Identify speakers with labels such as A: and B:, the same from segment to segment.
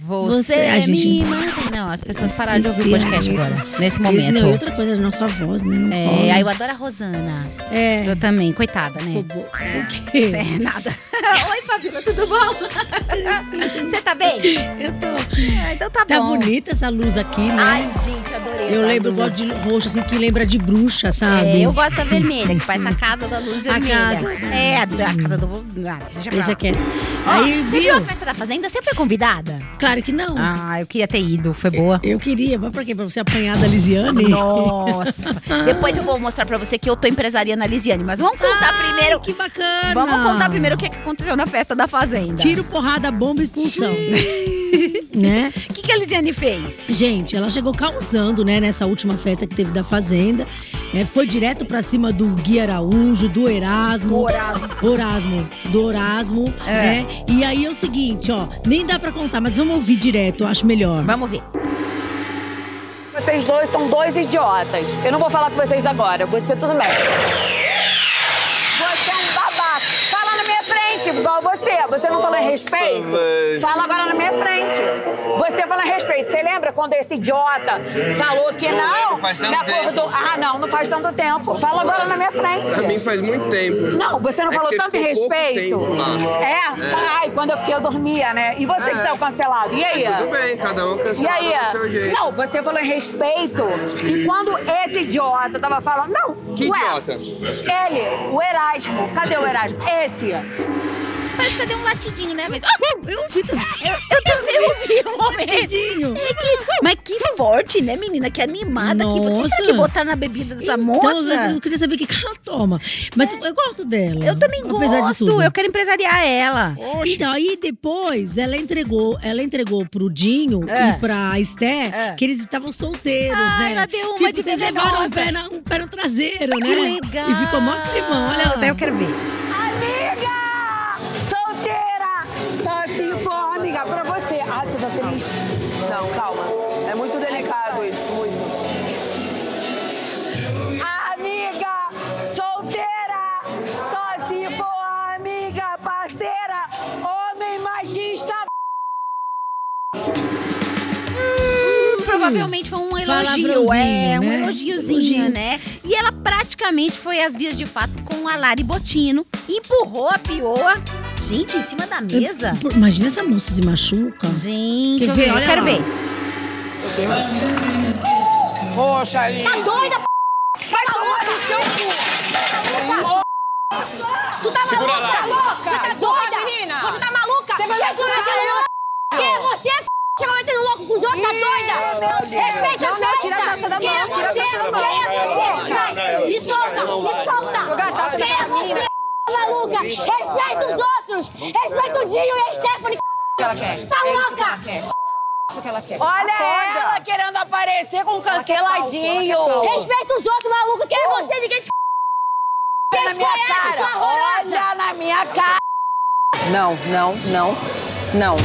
A: Você
B: a gente-
A: me mata. Não, as pessoas pararam de ouvir o
B: Esqueci a
A: podcast
B: letra.
A: agora, nesse
B: E, não, e
A: momento.
B: outra coisa, nossa voz, né? Não
A: É,
B: cola.
A: aí eu adoro a Rosana.
B: É.
A: Eu também, coitada,
B: O,
A: né?
B: bo- o quê?
A: É, nada. Oi, Fabíola, tudo bom? Você tá bem?
B: Eu tô.
A: Ah, então tá,
B: Tá
A: bom.
B: bonita essa luz aqui, né?
A: Ai, gente, adorei.
B: eu
A: essa
B: lembro, eu
A: luz.
B: gosto de roxo, assim, que lembra de bruxa, sabe?
A: É, eu gosto da vermelha, que faz a casa da luz
B: A
A: vermelha.
B: casa.
A: É, a, da- a casa do... Ah, deixa pra
B: Deixa
A: lá.
B: quieto.
A: Ó,
B: Aí,
A: Você viu a
B: viu?
A: festa da Fazenda? Você foi convidada?
B: Claro que não.
A: Ah, eu queria ter ido, foi boa.
B: Eu queria, mas pra quê? Pra você apanhar da Lisiane?
A: Nossa! Depois eu vou mostrar pra você que eu tô empresariando a Lisiane, mas vamos contar primeiro.
B: Ah, Que bacana!
A: Vamos contar primeiro o que que aconteceu na festa da Fazenda.
B: Tiro, porrada, bomba e expulsão. né?
A: O que, que a Lisiane fez?
B: Gente, ela chegou causando, né, nessa última festa que teve da Fazenda. É, foi direto pra cima do Gui Araújo, do Erasmo.
A: Orado.
B: Orasmo, do Orasmo,
A: É.
B: né? E aí é o seguinte, ó, nem dá pra contar, mas vamos ouvir direto, eu acho melhor.
A: Vamos ver.
C: Vocês dois são dois idiotas. Eu não vou falar com vocês agora. Você tudo bem. Você é um babaca. Fala na minha frente, igual você. Você não fala em respeito.
D: véi.
C: Fala agora na minha frente. Você fala em respeito. Você lembra quando esse idiota falou que
D: Não
C: não?
D: lembro, faz tanto
C: me acordou. Ah, não, não faz tanto tempo. Fala agora na minha
D: Pra mim
C: frente.
D: faz muito tempo.
C: Não, você não
D: É que
C: falou
D: você
C: tanto em
D: ficou pouco
C: respeito.
D: tempo lá.
C: É? Ai, quando eu fiquei, eu dormia, né? E você que
D: É.
C: saiu cancelado. E aí?
D: Tudo bem, cada um
C: É, E
D: cancela
C: aí,
D: do seu jeito.
C: não, você falou em respeito. E quando esse idiota tava falando. Não,
D: Que
C: ué,
D: idiota?
C: Ele, o Erasmo. Cadê o Erasmo? Esse.
A: Parece que deu um latidinho, né? Mas...
B: Ah, Eu ouvi também.
A: Eu também ouvi um momento.
B: Tadinho.
A: É que- mas que forte, né, menina? Que animada. Que, o que será
B: Nossa.
A: que botar na bebida dessa
B: Então, eu
A: moça? É.
B: queria saber o que que ela toma. Mas eu gosto dela.
A: Eu também
B: apesar de
A: gosto.
B: tudo.
A: Eu quero empresariar ela.
B: Então, aí depois ela entregou, ela entregou pro Dinho
A: É.
B: e pra Esté
A: É.
B: que eles estavam solteiros,
A: Ah,
B: né?
A: ela deu uma
B: tipo,
A: de
B: vocês
A: venenosa.
B: levaram um pé, na- um pé no traseiro, né?
A: Que legal.
B: E ficou mó climão, olha lá.
A: Até eu quero ver.
C: Amiga! Solteira! Só se for amiga pra você. Ah, você tá feliz?
E: Não, calma. É muito delicado isso, muito.
C: Amiga! Solteira! Só se for amiga, parceira! Homem machista!
A: Provavelmente foi um elogio,
B: Hum. Palavrãozinho,
A: é, um
B: né?
A: elogiozinho,
B: Elogio.
A: né? E ela praticamente foi às vias de fato com a Lari Botino, empurrou a pioa, gente, em cima da mesa.
B: Pô, Imagina essa moça se machuca.
A: Gente,
B: Quer
A: eu,
B: ver?
A: eu
B: Olha
A: quero
B: lá.
A: ver.
E: Poxa, Liz.
C: Tá doida, p***? Vai tomar no seu cu! Tu tá
D: Segura
C: maluca?
D: lá.
C: Tá louca? Você tá doida?
E: menina.
C: Você tá maluca?
E: Você vai
C: Chega
E: machucar
C: metendo
E: ela,
C: louco. Quem é você, p***? Chega metendo louco com os outros, tá
E: Ih, meu
C: doida?
E: Deus.
C: Respeita
E: Não,
C: as
E: não,
C: coisas!
E: tira a taça da
C: Quem
E: mão,
C: é
E: tira a
C: você?
E: taça da
C: Quem
E: mão.
C: é você? Sai! Me solta! Me solta!
E: Joga tá a taça
C: Quem
E: na
C: é
E: cara da menina.
C: você, p***, maluca? Respeita os outros! Respeita o Dinho e a Stephanie,
E: que ela quer?
C: Tá
E: É isso
C: louca?
E: que ela quer. É isso que ela quer.
C: Olha
E: Acorda.
C: ela querendo aparecer com um
E: canceladinho.
C: canceladinho.
E: é
F: Respeita os outros, maluco. Quem é você? Ninguém te
C: Olha na minha
F: cara.
C: cara. Olha na minha cara.
E: Não, não, não, não.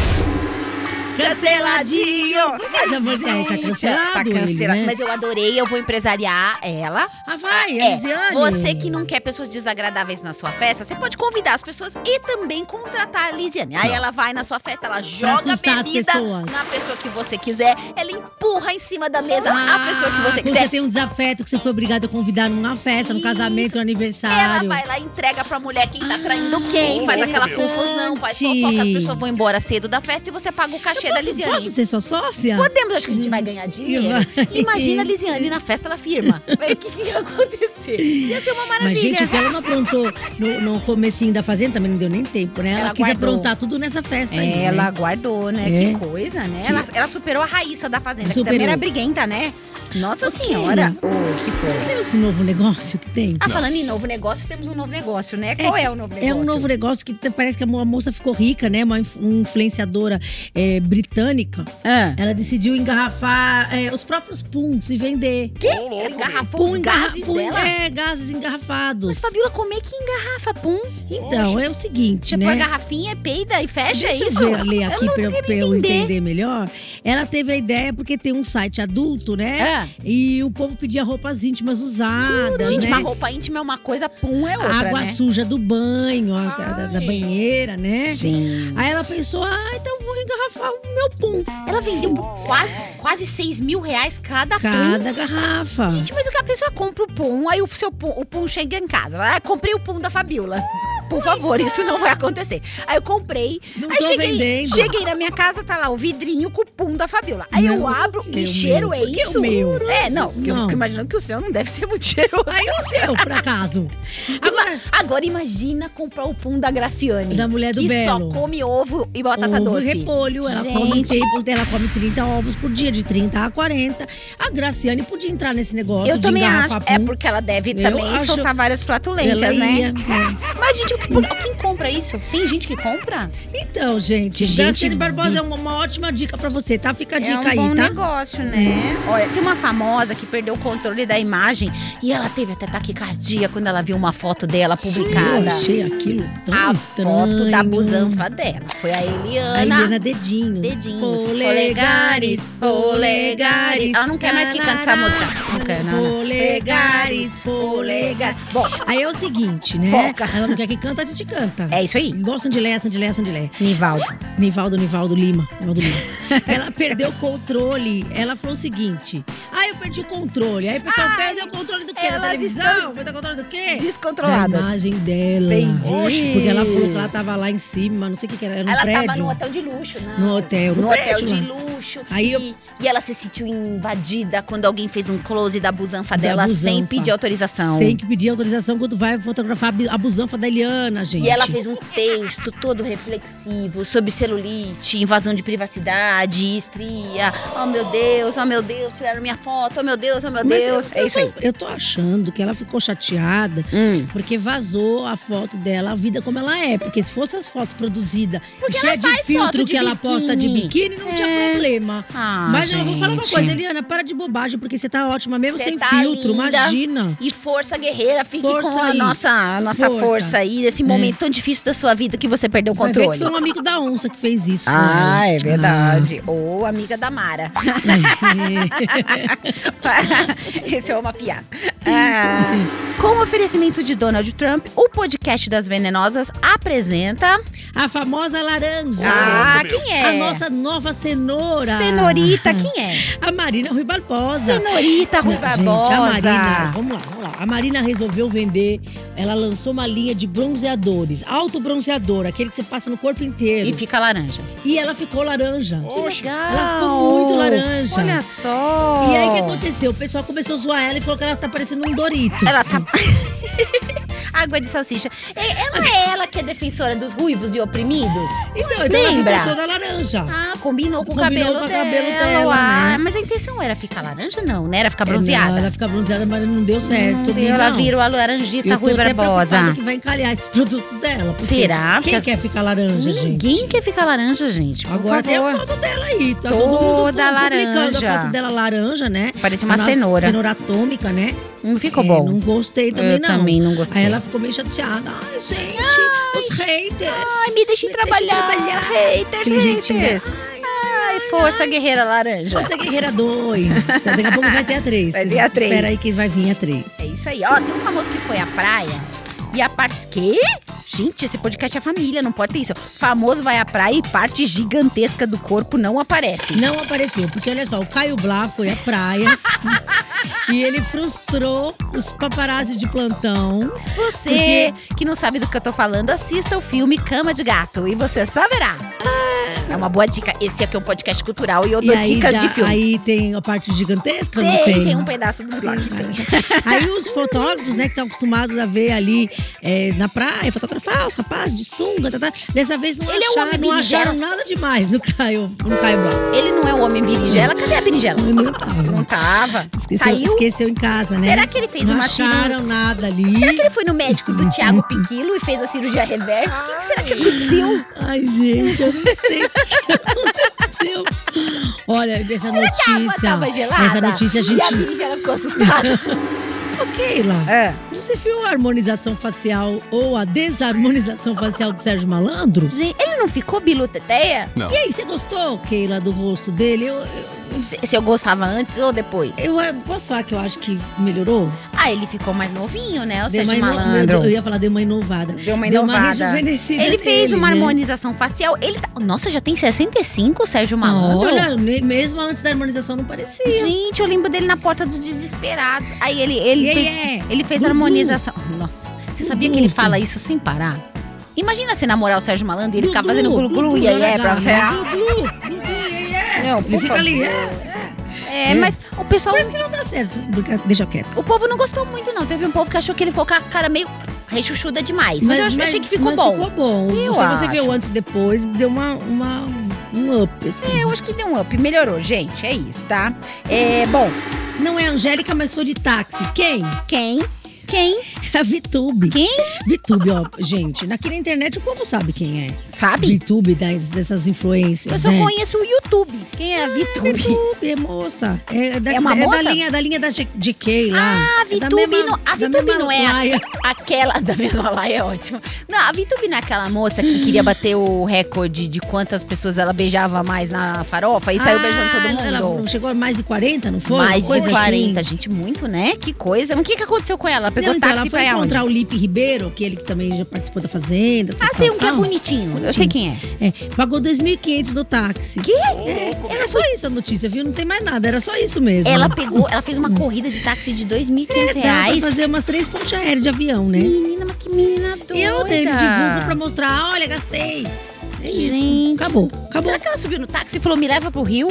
B: Canceladinho! Já vou tá, tá cancelado
A: Tá cancelado,
B: ele, né?
A: mas eu adorei, eu vou empresariar ela.
B: Ah, vai,
A: É,
B: Elisiane.
A: você que não quer pessoas desagradáveis na sua festa, você pode convidar as pessoas e também contratar a Lisiane. Aí ela vai na sua festa, ela joga
B: assustar as
A: bebida
B: pessoas.
A: na pessoa que você quiser, ela empurra em cima da mesa a pessoa que você
B: Ah, quando
A: quiser.
B: você tem um desafeto que você foi obrigado a convidar numa festa, num
A: Isso.
B: casamento, num
A: Ela
B: aniversário.
A: vai lá e entrega pra mulher quem tá
B: Ah,
A: traindo quem, faz aquela
B: interessante.
A: confusão, faz fofoca, as pessoas vão embora cedo da festa e você paga o cachê da
B: posso,
A: Lisiane.
B: posso ser sua sócia?
A: Podemos, acho que a gente vai ganhar dinheiro.
B: Vai.
A: Imagina a Lisiane na festa da firma. O que, que ia acontecer? Ia ser uma maravilha.
B: Mas, gente, o que ela não aprontou no, no comecinho da fazenda também não deu nem tempo, né? Ela,
A: Ela
B: quis
A: guardou.
B: aprontar tudo nessa festa aí, né?
A: É, ela guardou, né?
B: É.
A: Que coisa, né? Ela, ela superou a Raíssa da Fazenda, que também
B: Superou.
A: era briguenta, né? Nossa
B: Ok,
A: Senhora!
B: né?
A: O que
B: Você
A: foi?
B: viu esse novo negócio que tem?
A: Ah, falando em novo negócio, temos um novo negócio, né? Qual é o novo negócio?
B: É um novo negócio que t- parece que a mo- a moça ficou rica, né? Uma inf- influenciadora é, britânica.
A: Ah.
B: Ela decidiu engarrafar é, os próprios puns e vender.
A: Que? Ela engarrafou
B: Pum
A: os
B: engarra-
A: um gases
B: pum-
A: dela?
B: É, Um gases engarrafados.
A: Mas, Fabiola, como é que engarrafa pum?
B: Então, é o seguinte,
A: Você põe a
B: né?
A: garrafinha, peida e fecha é
B: Deixa
A: isso?
B: eu ver, ler aqui
A: não
B: pra, eu-
A: quero
B: pra eu
A: entender.
B: entender melhor. Ela teve a ideia porque tem um site adulto, né?
A: É.
B: E o povo pedia roupas íntimas usadas,
A: Gente,
B: né?
A: uma roupa íntima é uma coisa, pum é outra,
B: Água
A: né?
B: suja do banho, a- da, da banheira, né?
A: Sim.
B: Aí ela pensou, ah, então vou que engarrafar o meu pum.
A: Ela vendeu quase, quase 6 mil reais cada, pum.
B: Cada garrafa.
A: Gente, mas o que a pessoa compra o pum, aí o seu pum, o pum chega em casa. Ah, comprei o pum da Fabiola. Por favor, isso não vai acontecer. Aí eu comprei.
B: Não
A: aí
B: tô
A: cheguei,
B: vendendo.
A: cheguei na minha casa, tá lá o vidrinho com o pum da Fabiola. Aí eu
B: Não,
A: abro, que
B: eu
A: cheiro
B: meu,
A: é
B: porque
A: isso?
B: o meu.
A: É, não, porque eu
B: Não.
A: fico imaginando que o seu não deve ser muito cheiroso.
B: Aí o seu, por acaso.
A: Agora,
B: Agora,
A: agora imagina comprar o pum da Graciane.
B: Da mulher do
A: que
B: Belo.
A: só come ovo e batata
B: ovo
A: doce.
B: repolho, ela
A: Gente.
B: come, tempo, ela come 30 ovos por dia, de 30 a 40. A Graciane podia entrar nesse negócio
A: Eu
B: de
A: também acho.
B: engarrafar
A: É
B: pum.
A: porque ela deve
B: Eu
A: também
B: acho-
A: soltar várias flatulências,
B: Ela
A: né?
B: ia, é.
A: Mas, gente, o que- por- quem compra isso? Tem gente que compra?
B: Então, gente,
A: Gente,
B: Graciane Barbosa é uma, uma ótima dica pra você, tá? Fica a dica
A: é um
B: aí,
A: bom
B: tá?
A: negócio, né? Olha, tem uma famosa que perdeu o controle da imagem e ela teve até taquicardia quando ela viu uma foto dela
B: Eu
A: publicada.
B: achei aquilo tão
A: a
B: estranho.
A: foto da busanfa dela. Foi a Eliana.
B: A Helena Dedinho.
A: Dedinhos, polegares, polegares. Ela não quer mais que cante essa música. Não quer, não, não.
B: Polegares, polegares.
A: Bom,
B: Aí é o seguinte, né?
A: Foca.
B: Ela não quer que canta, a gente canta.
A: é isso aí.
B: Igual Sandileia, Sandileia, Sandileia.
A: Nivaldo.
B: Nivaldo, Nivaldo Lima. Nivaldo Lima. ela perdeu o controle. Ela falou o seguinte: Ah, eu perdi o controle. Aí o pessoal
A: Ai,
B: perdeu o controle do quê? Da
A: elas
B: televisão? Perdeu o controle do
A: É.
B: quê? Da
A: Descontroladas.
B: imagem dela.
A: Entendi.
B: Oxe, porque ela falou que ela tava lá em cima, não sei o que, que era. Era um
A: Ela
B: prédio.
A: tava num hotel de luxo, não.
B: No hotel, no
A: Num hotel
B: prédio,
A: de
B: né?
A: luxo.
B: Aí eu-
A: e, e ela se sentiu invadida quando alguém fez um close da busanfa
B: Da
A: dela sem
B: busanfa.
A: pedir autorização.
B: Tem que pedir autorização quando vai fotografar a bi- a busanfa da Eliana, gente.
A: E ela fez um texto todo reflexivo sobre celulite, invasão de privacidade, estria. Oh meu Deus, oh meu Deus, tiraram minha foto, oh meu Deus, oh meu
B: Mas
A: Deus.
B: eu-
A: É isso aí.
B: Eu tô achando que ela ficou chateada
A: Hum.
B: porque vazou a foto dela, a vida como ela é. Porque se fosse as fotos produzidas, cheia
A: ela
B: de
A: faz foto
B: filtro
A: de
B: que ela posta de
A: biquíni.
B: biquíni, não
A: É.
B: tinha problema.
A: Ah,
B: Mas eu vou falar uma
A: gente.
B: coisa, Eliana, para de bobagem, porque você tá ótima mesmo
A: Você
B: sem
A: tá
B: filtro,
A: linda.
B: imagina.
A: E força guerreira, fique
B: Força
A: com a
B: aí.
A: nossa, a nossa força.
B: Força. É.
A: aí, nesse momento tão difícil da sua vida que você perdeu o
B: Vai ver que
A: controle.
B: foi um amigo da onça que fez isso. com
A: Ah,
B: ela.
A: é verdade. Ou amiga da Mara. Isso é uma piada. Ah, com o oferecimento de Donald Trump, o podcast das Venenosas apresenta.
B: Ah, a famosa laranja.
A: Ah, quem é?
B: A nossa nova cenoura.
A: Cenorita, quem é?
B: A Marina Rui Barbosa.
A: Cenorita Rui
B: Não,
A: Barbosa.
B: Gente, a
A: né?
B: Marina, vamos lá, vamos lá. A Marina resolveu vender, ela lançou uma linha de bronzeadores, autobronzeador, aquele que você passa no corpo inteiro.
A: E fica laranja.
B: E ela ficou laranja.
A: Poxa,
B: Ela ficou muito laranja.
A: Ah, Olha só.
B: E aí o que
A: é
B: aconteceu? O pessoal começou a zoar ela e falou que ela tá parecendo um Dorito.
A: Ela tá. Água de salsicha. E- Ela é ela que é defensora dos ruivos e oprimidos?
B: Então, então ela
A: Lembra?
B: ficou toda laranja.
A: Ah, combinou com o
B: Combinou
A: cabelo
B: com o
A: dela.
B: cabelo dela,
A: ah,
B: né?
A: Mas a intenção era ficar laranja, não, né? Era ficar
B: É, não,
A: bronzeada.
B: ela fica bronzeada, mas não deu certo.
A: E ela
B: não.
A: virou a laranjita
B: Eu tô
A: Rui
B: até
A: Barbosa.
B: preocupada que vai encalhar esses produtos dela. porque
A: Será? Porque
B: Quem
A: as-
B: quer ficar laranja, gente?
A: Ninguém quer ficar laranja, gente. Por
B: Agora tem
A: favor.
B: a foto dela aí. Tá
A: Toda
B: todo mundo pu- publicando
A: laranja.
B: a foto dela laranja, né?
A: Parece uma
B: A nossa
A: cenoura.
B: Cenoura atômica, né?
A: Não ficou
B: É,
A: bom.
B: Não gostei também,
A: Eu
B: não.
A: também não gostei.
B: Aí ela ficou meio chateada. Ai, gente, os haters.
A: Ai, me deixem trabalhar. Haters,
B: Tem gente, né?
A: haters. Ai, força guerreira laranja.
B: Força Guerreira 2. Daqui a pouco vai ter a 3.
A: Vai ter a três.
B: Espera aí que vai vir a 3.
A: É isso aí. Ó, tem um famoso que foi à praia e a parte. Quê? Gente, esse podcast é família, não pode ter isso. Famoso vai à praia e parte gigantesca do corpo não aparece.
B: Não apareceu, porque olha só, o Caio Blá foi à praia e ele frustrou os paparazzi de plantão.
A: Você que não sabe do que eu tô falando, assista o filme Cama de Gato e você saberá. É uma boa dica. Esse aqui é um podcast cultural e eu
B: E
A: dou
B: aí,
A: dicas
B: dá-
A: de filme.
B: aí tem a parte gigantesca, não
A: tem,
B: tem?
A: tem um pedaço do blog.
B: Aí os fotógrafos, né, que estão acostumados a ver ali é, na praia, fotografar os rapazes de sunga, tá, tá. dessa vez não
A: Ele é um
B: acharam,
A: homem
B: não acharam
A: berinjela.
B: nada demais no Caio, no Caio Blá.
A: Ele não é o homem berinjela. Cadê a berinjela?
B: Eu não tava.
A: Não tava.
B: Esqueceu,
A: Saiu.
B: esqueceu em casa, né?
A: Será que ele fez
B: não
A: uma
B: acharam
A: cirurgia?
B: nada ali.
A: Será que ele foi no médico do Thiago Piquilo e fez a cirurgia reversa? O que que será que aconteceu?
B: Ai, gente, eu não sei o que aconteceu. Olha, essa
A: A água
B: notícia.
A: tava gelada.
B: essa notícia a
A: E a
B: gente.
A: berinjela ficou assustada.
B: Ok, lá.
A: É.
B: Você viu a harmonização facial ou a desarmonização facial do Sérgio Malandro?
A: Gente, ele não ficou biluteteia?
B: E aí, você gostou, Keila, do rosto dele? Eu,
A: Se, se eu gostava antes ou depois?
B: eu, eu posso falar que eu acho que melhorou?
A: Ah, Ah, ele ficou mais novinho, né? O
B: Deu
A: Sérgio
B: uma ino-
A: Malandro.
B: Eu ia falar, deu uma inovada.
A: Deu uma
B: Deu uma
A: inovada.
B: rejuvenescida
A: Ele fez
B: nele,
A: uma
B: né?
A: harmonização facial. Ele tá- Nossa, já tem 65, o Sérgio Malandro?
B: Ah, Olha, ne- mesmo antes da harmonização não parecia.
A: Gente, eu lembro dele na porta dos desesperados. Aí ele, ele,
B: Yeah,
A: fez,
B: yeah.
A: ele fez
B: Uhul.
A: harmonização. Nossa, você sabia que ele fala isso sem parar? Imagina se namorar o Sérgio Malandro e ele ficar fazendo glu-glu e aí é pra você.
B: Glu, glu,
A: Não,
B: Ele
A: por
B: fica ali, é.
A: É, mas o pessoal.
B: Por isso que não dá certo. Porque- Deixa quieto.
A: O povo não gostou muito, não. Teve um povo que achou que ele ficou com a cara meio rechuchuda demais. Mas, eu ach- achei que ficou
B: mas
A: bom.
B: ficou bom.
A: Eu
B: Se você vê
A: acho.
B: o antes e depois, deu uma, uma, um up, assim.
A: É, eu acho que deu um up, melhorou, gente. É isso, tá? É,
B: Uhum.
A: bom,
B: Não é a Angélica, mas foi de táxi. Quem?
A: quem? Quem?
B: A Vitube.
A: Quem?
B: Vitube, ó, gente. Aqui na internet o povo sabe quem é.
A: Sabe?
B: Vitube das, dessas influências,
A: Eu só
B: né?
A: conheço o YouTube. Quem é a VTube?
B: Ah, Vitube, é moça. É da,
A: É uma
B: é da
A: moça?
B: linha da linha da G- GK lá.
A: Ah, a
B: É da
A: VTube
B: mesma-
A: não, a
B: da
A: VTube
B: mesma
A: não é
B: laia.
A: a- aquela da mesma laia, é ótimo. Não, a VTube não é aquela moça que queria bater o recorde de quantas pessoas ela beijava mais na farofa e saiu
B: Ah,
A: beijando todo mundo.
B: Ela chegou a mais de 40, não foi?
A: Mais
B: Coisa
A: de
B: assim.
A: 40, gente, muito, né? Que coisa. O que, que aconteceu com ela? Ela Pegou
B: Não, então
A: táxi
B: ela foi
A: pra onde?
B: encontrar o Lipe Ribeiro, aquele que também já participou da Fazenda. tal,
A: Ah, sei
B: tal,
A: um que é
B: tal.
A: bonitinho. Eu sei quem é.
B: É, pagou 2.500 do táxi. Que? era só isso a notícia, viu? Não tem mais nada, era só isso mesmo.
A: Ela pegou, ela fez uma corrida de táxi de 2.500
B: É, dá pra
A: reais.
B: fazer umas três pontes aéreas de avião, né?
A: Menina, mas que menina doida.
B: E eu deles divulgo pra mostrar, olha, gastei. É isso.
A: Gente.
B: Acabou, acabou.
A: Será que ela subiu no táxi e falou, me leva pro Rio?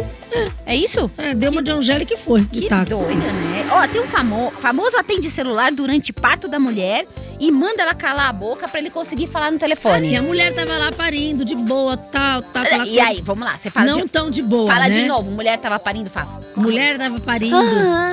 A: É isso?
B: É, deu uma de Angélica e foi, de
A: Que
B: táxi.
A: doida, né? Ó, tem um famo... famoso atende celular durante parto da mulher e manda ela calar a boca pra ele conseguir falar no
B: Assim,
A: telefone.
B: a mulher tava lá parindo, de boa, tal, tá, tal. aquela
A: e
B: coisa.
A: aí, vamos lá, você fala
B: Não
A: de...
B: tão de boa,
A: Fala
B: né?
A: de novo, mulher tava parindo, fala.
B: Mulher tava parindo.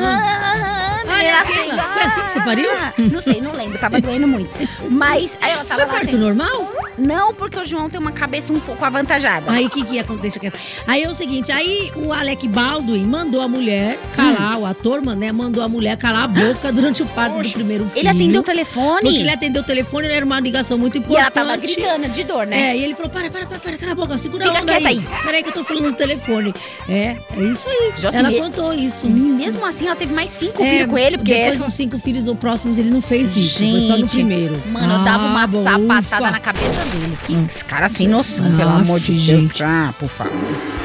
A: Ah,
B: Olha
A: era
B: aquela. Foi assim que você pariu?
A: ah, Não sei, não lembro, tava doendo muito. Mas aí ela tava
B: Foi
A: lá.
B: parto
A: atendendo.
B: normal?
A: Não, porque o João tem uma cabeça um pouco avantajada.
B: Aí o que, que acontece? Aí é o seguinte, aí o Alec Baldwin mandou a mulher
A: Hum.
B: calar, o ator, mano, né? Mandou a mulher calar a boca durante o parto do primeiro filho.
A: Ele atendeu o
B: Porque
A: telefone
B: ele atendeu o telefone, era uma ligação muito
A: e
B: importante.
A: ela tava gritando de dor, né?
B: É, e ele falou: para, para, para, para, cala a boca, segura
A: Fica
B: a onda
A: quieta
B: aí.
A: aí.
B: Peraí que eu tô falando no telefone. É, é isso aí.
A: Jocelyn-
B: Ela contou isso. É,
A: E mesmo assim, ela teve mais cinco filhos com ele, porque é
B: depois dos cinco filhos ou próximos ele não fez isso, foi só no
A: Gente,
B: primeiro.
A: Mano, eu dava uma
B: Ah, bom,
A: sapatada
B: ufa.
A: na cabeça dele. Que esse cara sem noção, pelo
B: Aff,
A: amor de Deus.
B: gente.
A: Ah, por favor.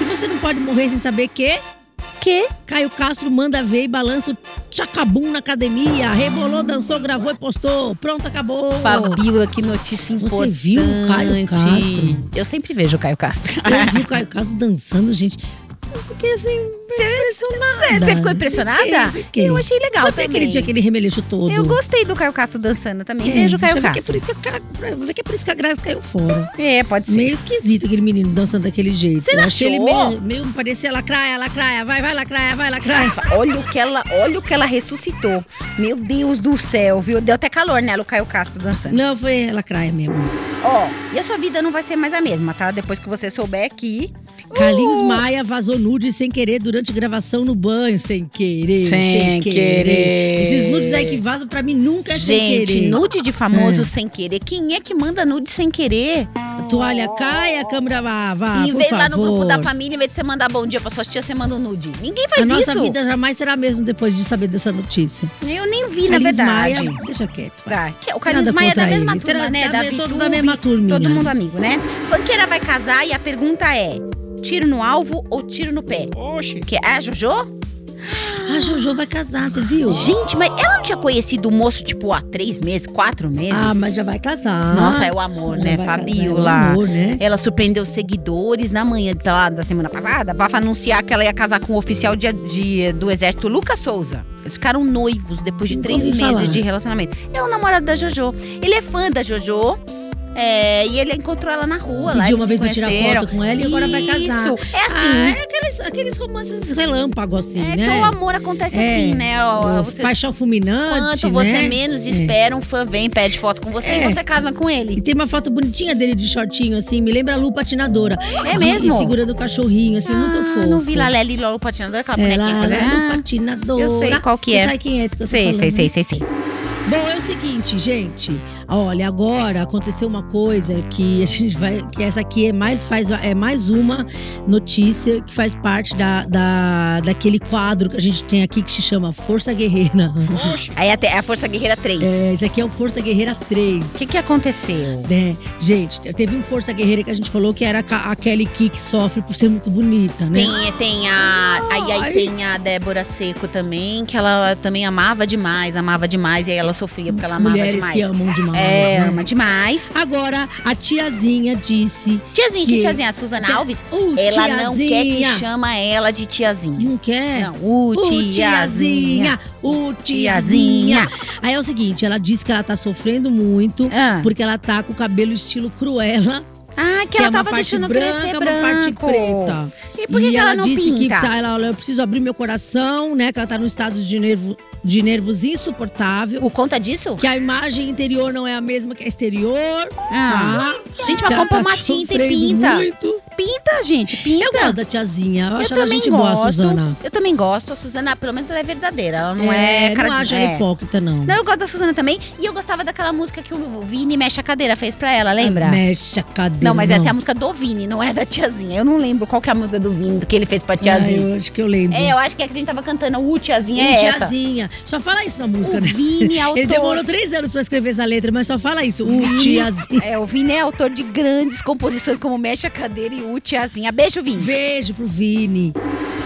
B: E você não pode morrer sem saber que... Que? Caio Castro manda ver e balança o chacabum na academia. Rebolou, dançou, gravou e postou. Pronto, acabou.
A: Fabíola, que notícia importante.
B: Você viu o Caio Castro?
A: Eu sempre vejo o Caio Castro.
B: Eu vi o Caio Castro dançando, gente. Eu fiquei assim, impressionada.
A: Você ficou impressionada?
B: Fiquei, fiquei.
A: Eu achei legal
B: Sabe aquele
A: também.
B: dia que ele remeleixo todo?
A: Eu gostei do Caio Castro dançando também.
B: É,
A: Vejo o Caio
B: você vê que é
A: Castro.
B: por isso que o cara- vê que é por isso que a Graça caiu fora.
A: É, pode ser.
B: Meio esquisito aquele menino dançando daquele jeito.
A: Você
B: Eu
A: não
B: achei ele
A: achou?
B: meio, meio parecia lacraia, lacraia, vai, vai, lacraia, vai, lacraia.
A: Nossa, olha o que ela, olha o que ela ressuscitou. Meu Deus do céu, viu? Deu até calor nela o Caio Castro dançando.
B: Não, foi lacraia mesmo.
A: Ó, e a sua vida não vai ser mais a mesma, tá? Depois que você souber que Uh!
B: Carlinhos Maia vazou nude sem querer durante gravação no banho. Sem querer, sem,
A: Sem
B: querer.
A: querer.
B: Esses nudes aí que vazam pra mim nunca é sem
A: Gente,
B: querer.
A: nude de famoso
B: É.
A: sem querer. Quem é que manda nude sem querer?
B: Toalha cai, a câmera vá, vá,
A: e
B: Ah, por
A: vem
B: favor.
A: lá no grupo da família, em vez de você mandar bom dia pra suas tias, você manda um nude. Ninguém
B: A
A: faz
B: nossa
A: isso.
B: vida jamais será a mesma depois de saber dessa notícia.
A: Eu nem vi, na
B: Carlinhos
A: verdade.
B: Maia, deixa quieto. vai.
A: Tá, que- O Carlinhos
B: é Nada
A: Maia é da
B: contra
A: mesma
B: ele.
A: turma,
B: Tra-
A: né?
B: tá
A: Da
B: bem, todo
A: Vitube,
B: da mesma turminha.
A: Todo mundo amigo, né? Funkeira vai casar e a pergunta é: tiro no alvo ou tiro no pé? Oxi. Que é a Jojo?
B: A Ah, Jojo vai casar, você viu?
A: Gente, mas ela não tinha conhecido o moço, tipo, há três meses, quatro meses?
B: Ah, mas já vai casar.
A: Nossa, é o amor,
B: Ela
A: né,
B: vai casar,
A: Fabiola?
B: Ah, É o amor, né?
A: Ela surpreendeu os seguidores na manhã de- lá da semana passada para anunciar que ela ia casar com o oficial de- de- do exército Lucas Souza. Eles ficaram noivos depois de
B: Nunca
A: três meses
B: ouvi falar.
A: de relacionamento. É o namorado da Jojo. Ele é fã da Jojo. é, e ele encontrou ela na rua, lá
B: Pediu
A: eles
B: uma
A: se
B: vez pra tirar
A: conheceram.
B: foto com ela e agora vai casar.
A: Isso, é
B: Ah,
A: assim.
B: é aqueles, aqueles romances relâmpago, assim,
A: é
B: né?
A: que o amor acontece
B: É,
A: assim, né?
B: O
A: Ó, Você,
B: Paixão fulminante,
A: quanto você
B: né?
A: menos
B: É.
A: espera, um fã vem, pede foto com você
B: É.
A: e você casa com ele.
B: E tem uma foto bonitinha dele de shortinho, assim, me lembra a Lu Patinadora.
A: É
B: De-
A: mesmo?
B: E segurando o cachorrinho, assim, muito
A: Ah,
B: fofo.
A: Não vi lá Lely Lolo Patinadora, aquela
B: É,
A: bonequinha. que
B: lá,
A: fazia-
B: lá, Lu
A: Ah,
B: Patinadora.
A: eu sei qual que é.
B: Você sabe quem é que eu tô
A: Sei,
B: falando,
A: sei, sei,
B: né?
A: sei, sei.
B: Bom, é o seguinte, gente. Olha, agora aconteceu uma coisa que a gente vai. Que essa aqui é mais, faz, é mais uma notícia que faz parte da, da, daquele quadro que a gente tem aqui que se chama Força Guerreira.
G: Aí até é a Força Guerreira 3. O
B: É, esse aqui é o Força Guerreira 3.
A: é?
G: que, que aconteceu?
B: Né? Gente, te- teve um Força Guerreira que a gente falou que era a Kelly Key que sofre por ser muito bonita, né?
A: Tem, tem a. Aí, aí tem a Débora Seco também, que ela também amava demais, amava demais, e aí ela sofria porque ela amava
B: Mulheres
A: demais.
B: que amam demais.
G: É,
B: né?
G: ama demais.
B: Agora, a tiazinha disse.
A: Tiazinha, que,
B: Que-
A: tiazinha? A Suzana
B: Tia-
A: Alves?
B: "Uh,
A: Ela não quer
B: tiazinha."
A: que chama ela de tiazinha.
B: Não quer?
A: Não, o
B: O
A: tiazinha.
B: tiazinha, o tiazinha. Aí é o seguinte, ela disse que ela tá sofrendo muito
G: Ah,
B: porque ela tá com o cabelo estilo cruela,
G: Ah, que,
B: que,
G: ela
B: é uma
G: tava
B: parte
G: deixando
B: branca,
G: crescer
B: uma
G: branco.
B: parte preta.
G: E por que,
B: e
G: que
B: ela,
G: ela, não
B: disse que
G: pinta?
B: tá, ela, olha, eu preciso abrir meu coração, né? Que ela tá num estado de nervo, de nervos insuportável.
A: Por conta disso?
B: Que a imagem interior não é a mesma que a exterior,
G: Ah,
B: tá?
A: Gente, mas
B: Que ela
A: compra
B: tá
A: uma tinta e
B: sofrendo
A: pinta.
B: muito.
A: Pinta, gente, pinta.
B: Eu gosto da tiazinha, eu,
A: Eu
B: acho ela
A: também
B: gente boa,
A: gosto.
B: Suzana.
A: Eu também gosto. A Suzana, pelo menos, ela é verdadeira. Ela não é, cara
B: Não acho ela
A: é.
B: hipócrita, não.
A: Não, eu gosto da Suzana também. E eu gostava daquela música que o Vini Mexe a Cadeira fez pra ela, lembra?
B: Ah, Mexe a cadeira.
A: Não, mas essa é a música do Vini, não é da tiazinha. Eu não lembro qual que é a música do Vini que ele fez pra tiazinha.
B: Ah, eu acho que eu lembro.
A: É, eu acho que é que a gente tava cantando o tiazinha
B: Um
A: é essa.
B: tiazinha. Só fala isso na música,
A: O
B: né?
A: Vini é autor.
B: Ele demorou três anos pra escrever essa letra, mas só fala isso. Um O tiazinha.
A: É, o Vini é autor de grandes composições como Mexe a Cadeira e o tiazinha. Beijo, Vini.
B: Um Beijo pro Vini.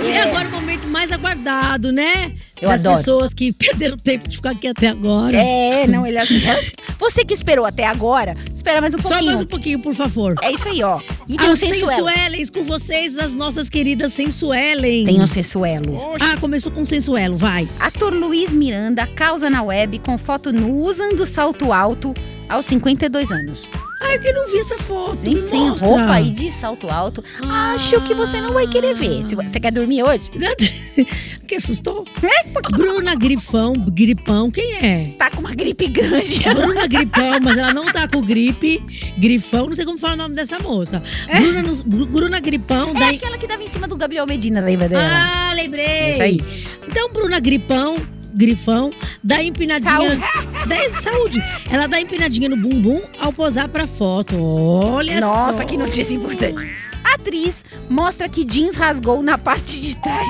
B: E agora o momento mais aguardado, né?
A: É. Eu
B: Das
A: adoro.
B: pessoas que perderam tempo de ficar aqui até agora.
A: É, não, ele é assim. Você que esperou até agora, espera mais um
B: Só
A: pouquinho.
B: mais um Ah, pouquinho, por favor.
A: É isso aí, ó. E tem
B: Aos
A: um sensuelo.
B: sensuelens, com vocês, as nossas queridas sensuelens.
A: Tem um sensuelo.
B: Ah, começou com sensuelo, vai.
A: Ator Luiz Miranda causa na web com foto nu usando salto alto aos 52 anos.
B: Ai, que eu não vi essa foto.
A: Gente,
B: me
A: sem
B: mostra.
A: roupa e de salto alto, acho que você não vai querer ver.
B: Ah.
A: Se você quer dormir hoje,
B: que assustou? Né? Bruna Grifão, Gripão, quem é?
A: tá com uma gripe grande.
B: Bruna Gripão, mas ela não tá com gripe. Grifão, não sei como fala o nome dessa moça. Bruna, nos- Bru- Bruna Gripão,
A: É
B: daí.
A: aquela que dava em cima do Gabriel Medina, lembra dela? É
B: Ah, lembrei!
A: Isso aí.
B: Então, Bruna Gripão, Grifão, dá empinadinha.
A: Saúde.
B: Dá saúde. Ela dá empinadinha no bumbum ao posar pra foto. Olha só.
A: Nossa, que notícia importante. A atriz mostra que jeans rasgou na parte de trás.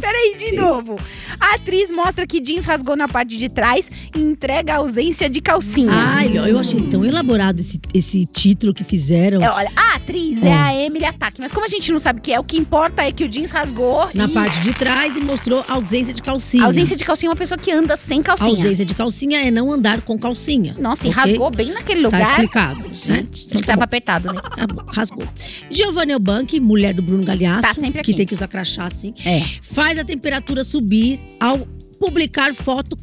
A: Peraí, de novo. A atriz mostra que jeans rasgou na parte de trás e entrega a ausência de calcinha.
B: Ai, eu achei tão elaborado esse, esse título que fizeram.
A: É, olha, a atriz é
B: Hum.
A: a Emily Ataque, mas como a gente não sabe o que é, o que importa é que o jeans rasgou
B: na
A: e
B: parte de trás e mostrou ausência de calcinha.
A: a ausência de calcinha é uma pessoa que anda sem calcinha.
B: Ausência de calcinha é não andar com calcinha.
A: Nossa, e
B: ok?
A: rasgou bem naquele
B: Tá
A: lugar.
B: explicado, né?
A: Gente, acho
B: Então
A: que
B: tá
A: tava
B: bom,
A: apertado, né?
B: tá bom, rasgou. Giovanna Eubank, mulher do Bruno Galhaço,
A: Tá sempre aqui.
B: que tem que usar crachá assim,
A: É.
B: faz a temperatura subir ao publicar foto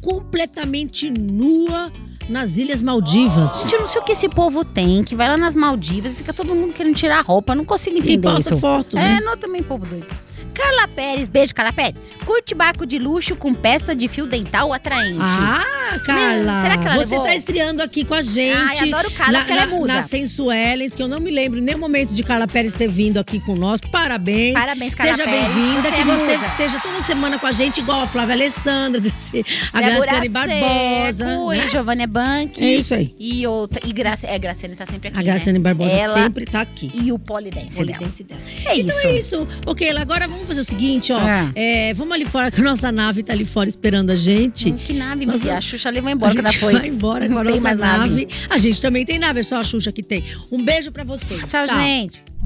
B: completamente nua nas Ilhas Maldivas.
A: Gente, eu não sei o que esse povo tem, que vai lá nas Maldivas e fica todo mundo querendo tirar a roupa. Eu não consigo
B: E
A: entender
B: posta
A: isso.
B: foto,
A: É,
B: né?
A: não também, povo doido. Carla Pérez, beijo, Carla Pérez. Curte barco de luxo com peça de fio dental atraente.
B: Ah, Carla!
A: Será que ela
B: você
A: levou-
B: tá estreando aqui com a gente.
A: Ai, adoro Carla,
B: na,
A: porque ela é
B: na-
A: musa.
B: Na Sensuelens, que eu não me lembro em nenhum momento de Carla Pérez ter vindo aqui com nós. Parabéns.
A: Parabéns, Carla
B: Seja
A: Pérez.
B: bem-vinda,
A: Você
B: que
A: é
B: você
A: musa.
B: esteja toda semana com a gente, igual a Flávia Alessandra, a
A: Débora
B: Graciane Barbosa.
A: Seco,
B: né?
A: e Giovanna Bank.
B: É isso aí.
A: E outra. E Grace, é, Graciane tá sempre aqui.
B: A Graciane
A: né?
B: Barbosa
A: Ela
B: sempre tá aqui.
A: E o Polidense dela.
B: Polidense dela.
A: É
B: então
A: isso.
B: é isso. Ok, Ela, agora vamos fazer o seguinte, ó.
A: Ah.
B: É, vamos ali fora, que a nossa nave tá ali fora esperando a gente.
A: Hum, Que nave,
B: Nós
A: Missy.
B: vamos-
A: A Xuxa levou embora
B: a
A: quando ela
B: gente
A: foi.
B: vai embora com
A: Não
B: a
A: tem
B: nossa
A: mais
B: nave. A gente também tem nave, é só a Xuxa que tem. Um beijo pra vocês.
A: Tchau, gente.